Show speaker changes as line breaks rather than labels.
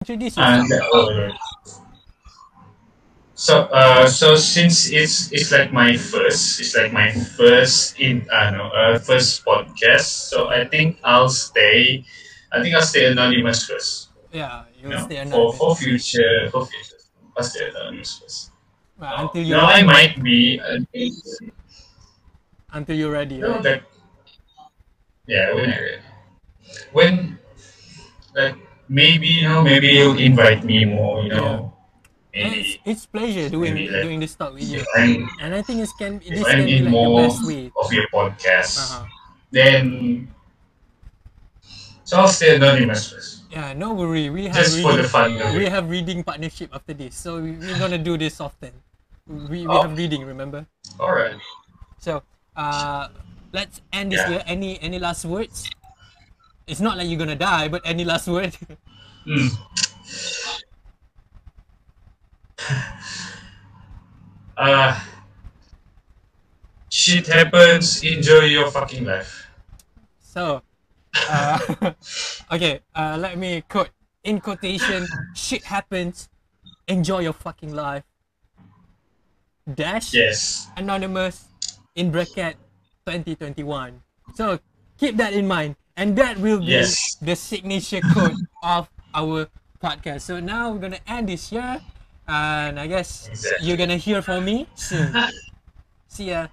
introduce yourself.
and uh, so uh, so since it's it's like my first it's like my first in I know uh, first podcast so I think I'll stay I think I'll stay anonymous first
yeah, you
you know,
stay
for
anonymous.
for future for future I'll stay anonymous first
Well, until you're
now I might be uh,
until you're ready.
you know
Right?
that yeah when I, when like maybe you know maybe you'll invite me more you know
And
maybe
It's, it's pleasure doing
maybe like-
doing this talk with you,
if I'm
and I think it can this
if
can
I'm
be
in
like the
more
best way.
of your podcast,
Uh-huh.
then so I'll stay anonymous first,
Yeah, no worry. We have
just for
reading,
the fun of
we
it.
have reading partnership after this, so we- we're gonna do this often. We, we
Oh.
have reading, remember?
All right.
So, uh, let's end this
Yeah.
here. Any any last words? It's not like you're gonna die, but any last word?
Hmm. Uh, shit happens. Enjoy your fucking life.
so, uh, okay. Uh, let me quote in quotation. Shit happens. Enjoy your fucking life. Dash.
Yes.
anonymous in bracket 2021 so keep that in mind and that will be
Yes.
the signature code of our podcast so now we're gonna end this here and i guess
Exactly.
you're gonna hear from me soon see ya